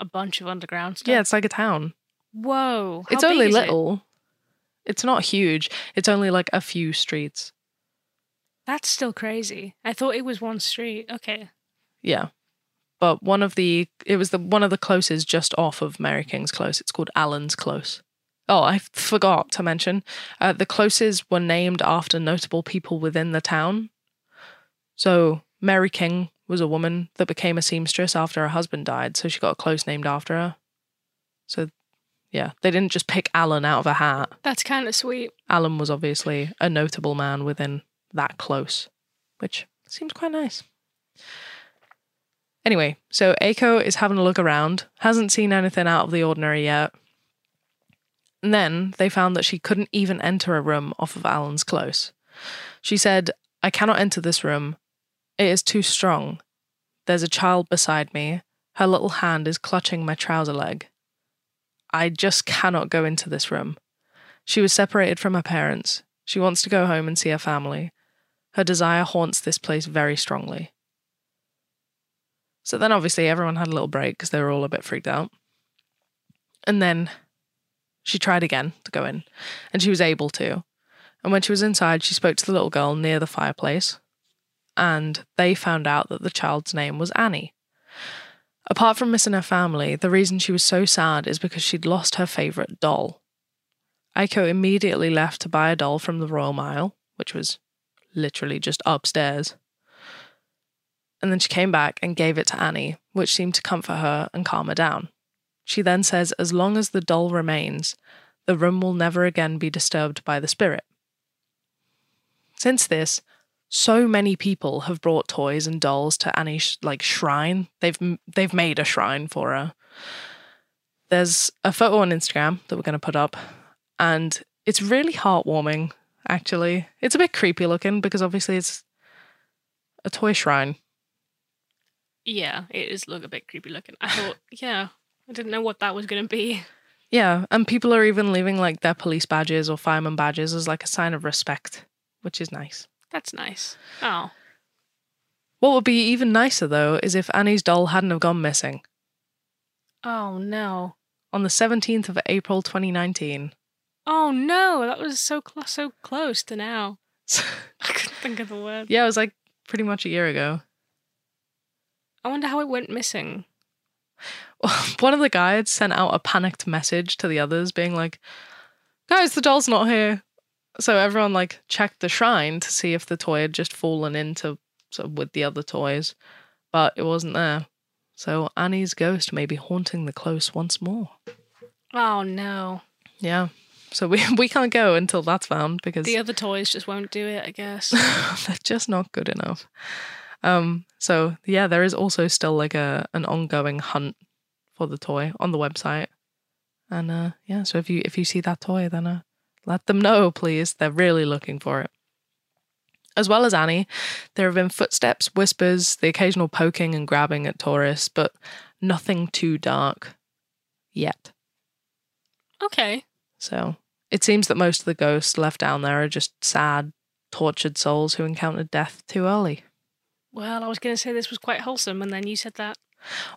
a bunch of underground stuff.
Yeah, it's like a town.
Whoa. how
it's
big
only
is it?
little. It's not huge. It's only like a few streets.
That's still crazy. I thought it was one street. Okay.
Yeah. But one of the it was the one of the closes just off of Mary King's Close. It's called Allen's Close. Oh, I forgot to mention. Uh, the closes were named after notable people within the town. So Mary King was a woman that became a seamstress after her husband died, so she got a close named after her. So yeah, they didn't just pick Allen out of a hat.
That's kind of sweet.
Alan was obviously a notable man within that close, which seems quite nice. Anyway, so Aiko is having a look around, hasn't seen anything out of the ordinary yet. And then they found that she couldn't even enter a room off of Alan's close. She said, I cannot enter this room. It is too strong. There's a child beside me. Her little hand is clutching my trouser leg. I just cannot go into this room. She was separated from her parents. She wants to go home and see her family. Her desire haunts this place very strongly. So then, obviously, everyone had a little break because they were all a bit freaked out. And then she tried again to go in, and she was able to. And when she was inside, she spoke to the little girl near the fireplace, and they found out that the child's name was Annie. Apart from missing her family, the reason she was so sad is because she'd lost her favourite doll. Aiko immediately left to buy a doll from the Royal Mile, which was literally just upstairs. And then she came back and gave it to Annie, which seemed to comfort her and calm her down. She then says, as long as the doll remains, the room will never again be disturbed by the spirit. Since this, so many people have brought toys and dolls to Annie's like shrine. They've they've made a shrine for her. There's a photo on Instagram that we're going to put up and it's really heartwarming actually it's a bit creepy looking because obviously it's a toy shrine
Yeah, it is look a bit creepy looking. I thought, yeah, I didn't know what that was gonna be.
yeah and people are even leaving like their police badges or fireman badges as like a sign of respect which is nice
That's nice. Oh,
what would be even nicer though is if annie's doll hadn't have gone missing
oh no,
on the 17th of april 2019
oh no, that was so cl- so close to now. I couldn't think of the word.
yeah it was like pretty much a year ago
I wonder how it went missing.
one of the guides sent out a panicked message to the others being like guys the doll's not here so everyone like checked the shrine to see if the toy had just fallen into sort of with the other toys but it wasn't there so annie's ghost may be haunting the close once more
Oh no,
yeah so we, we can't go until that's found because
the other toys just won't do it. I guess.
they're just not good enough um so yeah there is also still like a an ongoing hunt for the toy on the website and uh yeah so if you if you see that toy then uh let them know please they're really looking for it as well as annie there have been footsteps whispers the occasional poking and grabbing at tourists but nothing too dark yet
Okay.
so it seems that most of the ghosts left down there are just sad tortured souls who encountered death too early
Well, I was gonna say this was quite wholesome, and then you said that.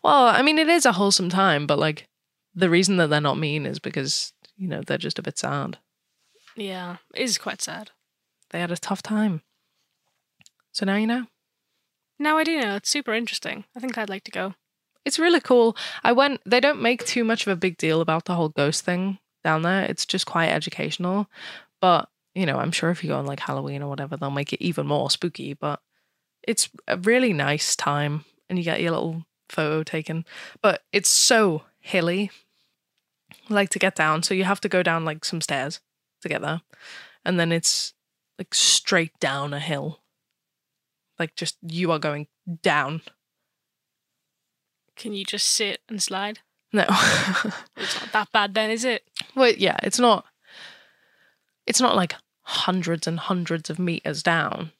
Well, I mean, it is a wholesome time, but like the reason that they're not mean is because, you know, they're just a bit sad.
Yeah, it is quite sad.
They had a tough time. So now you know.
Now I do know. It's super interesting. I think I'd like to go.
It's really cool. I went, they don't make too much of a big deal about the whole ghost thing down there. It's just quite educational. But, you know, I'm sure if you go on like Halloween or whatever, they'll make it even more spooky. But it's a really nice time and you get your little photo taken. But it's so hilly, like to get down. So you have to go down like some stairs to get there. And then it's like straight down a hill. Like just you are going down.
Can you just sit and slide?
No.
It's not that bad then, is it?
well, yeah, it's not it's not like hundreds and hundreds of meters down.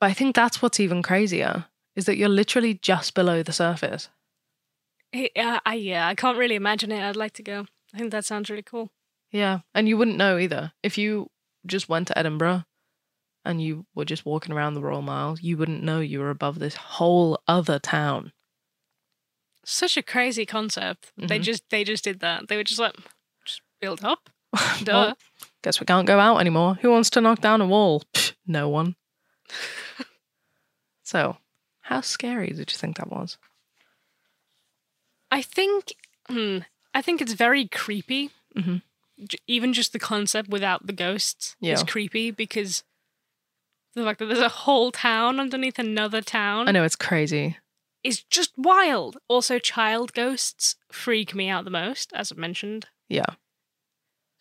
But I think that's what's even crazier is that you're literally just below the surface.
It- yeah, I, yeah, I can't really imagine it. I'd like to go. I think that sounds really cool.
Yeah, and you wouldn't know either if you just went to Edinburgh and you were just walking around the Royal Mile, you wouldn't know you were above this whole other town.
Such a crazy concept. They
Mhm.
just they just did that. They were just like just build up. Duh.
Well, guess we can't go out anymore. Who wants to knock down a wall? Psh, no one. so, how scary did you think that was?
I think hmm, I think it's very creepy.
Mhm.
J- even just the concept without the ghosts is
Yeah.
creepy because the fact that there's a whole town underneath another town
I know it's crazy.
is just wild. Also, child ghosts freak me out the most, as I've mentioned.
Yeah.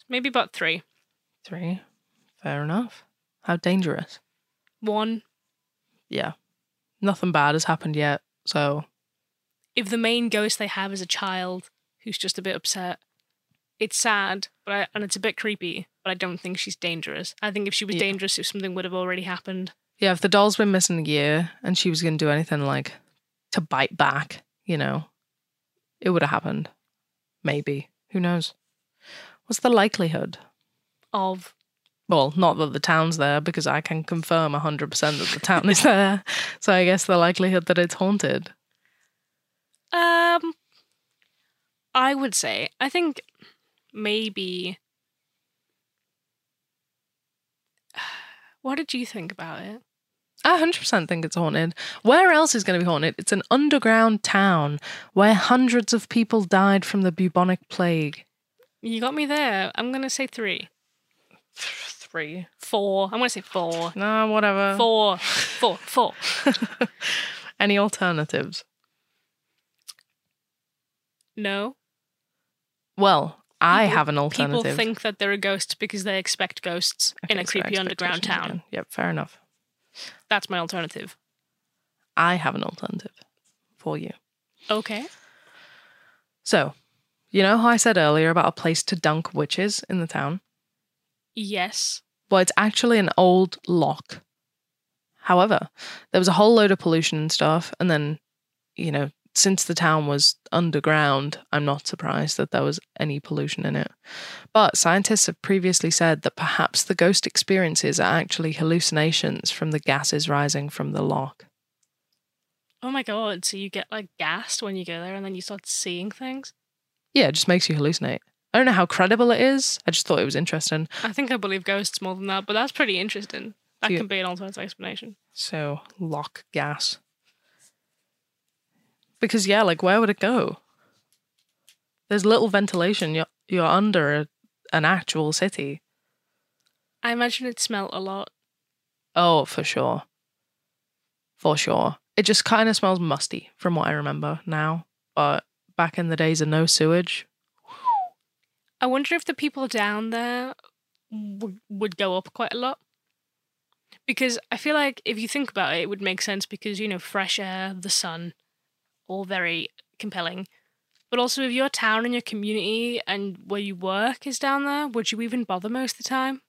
Maybe about three.
Three. Fair enough. How dangerous.
One,
Yeah. Nothing bad has happened yet. So,
if the main ghost they have is a child who's just a bit upset, it's sad, but I, and it's a bit creepy. But I don't think she's dangerous. I think if she was
Yeah.
dangerous, if something would have already happened,
yeah, if the doll's been missing a year and she was going to do anything like to bite back, you know, it would have happened. Maybe. Who knows? What's the likelihood?
of
Well, not that the town's there because I can confirm 100% that the town is there. So I guess the likelihood that it's haunted.
Um, I would say I think maybe. What did you think about it?
I 100% think it's haunted. Where else is going to be haunted? It's an underground town where hundreds of people died from the bubonic plague.
You got me there. I'm gonna say three,
Three.
four. I'm gonna say four,
No, whatever.
four, four, four.
Any alternatives?
No,
Well, I
People-
have an
people
alternative.
think that there are ghosts because they expect ghosts in
Okay,
a
so
creepy underground
expectations
town.
again. Yep, fair enough.
That's my alternative.
I have an alternative for you.
Okay.
So, you know how I said earlier about a place to dunk witches in the town?
Yes.
Well, it's actually an old lock. However, there was a whole load of pollution and stuff. And then, you know, since the town was underground, I'm not surprised that there was any pollution in it. But scientists have previously said that perhaps the ghost experiences are actually hallucinations from the gases rising from the lock.
Oh my god! So you get like gassed when you go there, and then you start seeing things.
Yeah, it just makes you hallucinate. I don't know how credible it is. I just thought it was interesting.
I think I believe ghosts more than that, but that's pretty interesting. That
Do you-
can be an alternative explanation.
So lock gas. Because yeah, like where would it go? There's little ventilation. You're you're under a, an actual city.
I imagine it smelled a lot.
Oh, for sure. For sure. It just kind of smells musty from what I remember now. But back in the days of no sewage,
I wonder if the people down there would, would go up quite a lot. Because I feel like if you think about it, it would make sense because, you know, fresh air, the sun, all very compelling. But also, if your town and your community and where you work is down there, would you even bother most of the time?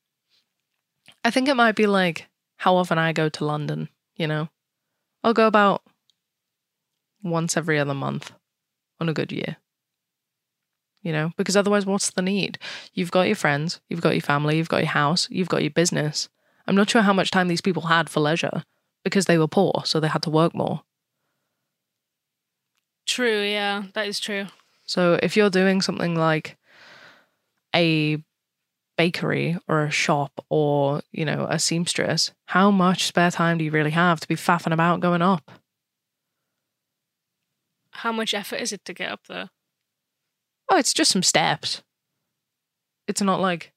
I think it might be like how often I go to London, you know? I'll go about once every other month on a good year. You know, because otherwise, what's the need? You've got your friends, you've got your family, you've got your house, you've got your business. I'm not sure how much time these people had for leisure because they were poor, so they had to work more.
True, yeah, that is true.
So if you're doing something like a bakery or a shop or, you know, a seamstress, how much spare time do you really have to be faffing about going up?
How much effort is it to get up there?
Oh, it's just some steps. It's not like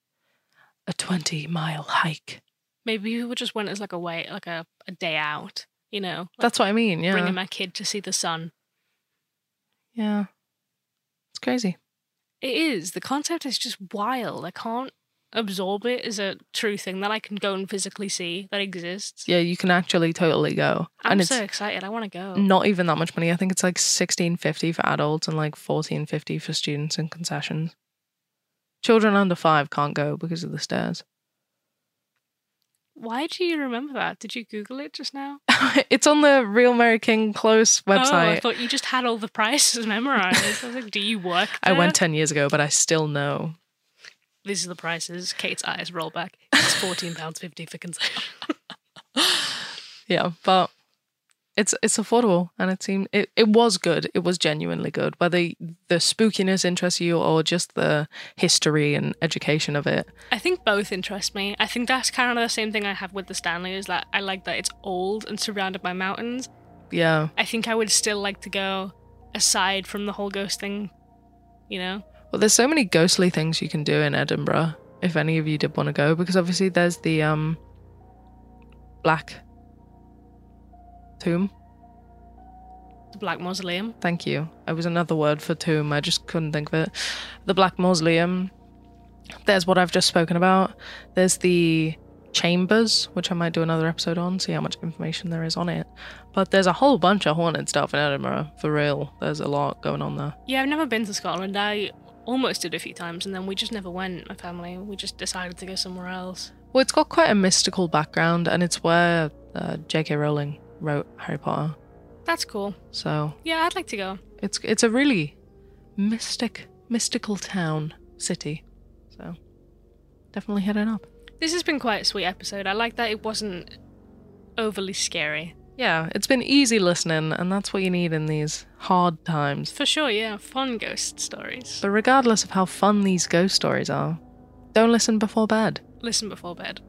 a 20 mile hike.
Maybe people just went as like a way, like a, a day out, you know? Like
That's what I mean. Yeah.
bringing my kid to see the sun.
yeah. It's crazy.
It is. The concept is just wild. I can't absorb it as a true thing that I can go and physically see that exists.
Yeah, you can actually totally go.
I'm
and it's
so excited. I want to go.
not even that much money. I think it's like 16.50 for adults and like 14.50 for students and concessions. Children under 5 can't go because of the stairs.
Why do you remember that? Did you Google it just now?
it's on the Real Mary King Close
Oh, I
website.
thought you just had all the prices memorized. I was like, do you work?
I went
there?
10 years ago, but I still know.
These are the prices. Kate's eyes roll back. It's fourteen pounds fifty for concession.
Yeah, but it's it's affordable and it seemed it, it was good. It was genuinely good. Whether the spookiness interests you or just the history and education of it.
I think both interest me. I think that's kind of the same thing I have with the Stanley. Is that I like that it's old and surrounded by mountains.
Yeah.
I think I would still like to go aside from the whole ghost thing. You know,
Well, there's so many ghostly things you can do in Edinburgh if any of you did want to go, because obviously there's the um black tomb.
the Black Mausoleum.
Thank you. It was another word for tomb. I just couldn't think of it. The Black Mausoleum. There's what I've just spoken about. There's the chambers, which I might do another episode on, see how much information there is on it. But there's a whole bunch of haunted stuff in Edinburgh, for real. There's a lot going on there.
Yeah, I've never been to Scotland. I almost did a few times, and then we just never went. My family. We just decided to go somewhere else.
Well, it's got quite a mystical background, and it's where uh, J.K. Rowling wrote Harry Potter.
That's cool.
So
Yeah, I'd like to go.
it's it's a really mystic, mystical town city. So definitely heading up.
This has been quite a sweet episode. I like that it wasn't overly scary.
Yeah, it's been easy listening, and that's what you need in these hard times.
For sure, yeah, fun ghost stories.
But regardless of how fun these ghost stories are, don't listen before bed.
Listen before bed.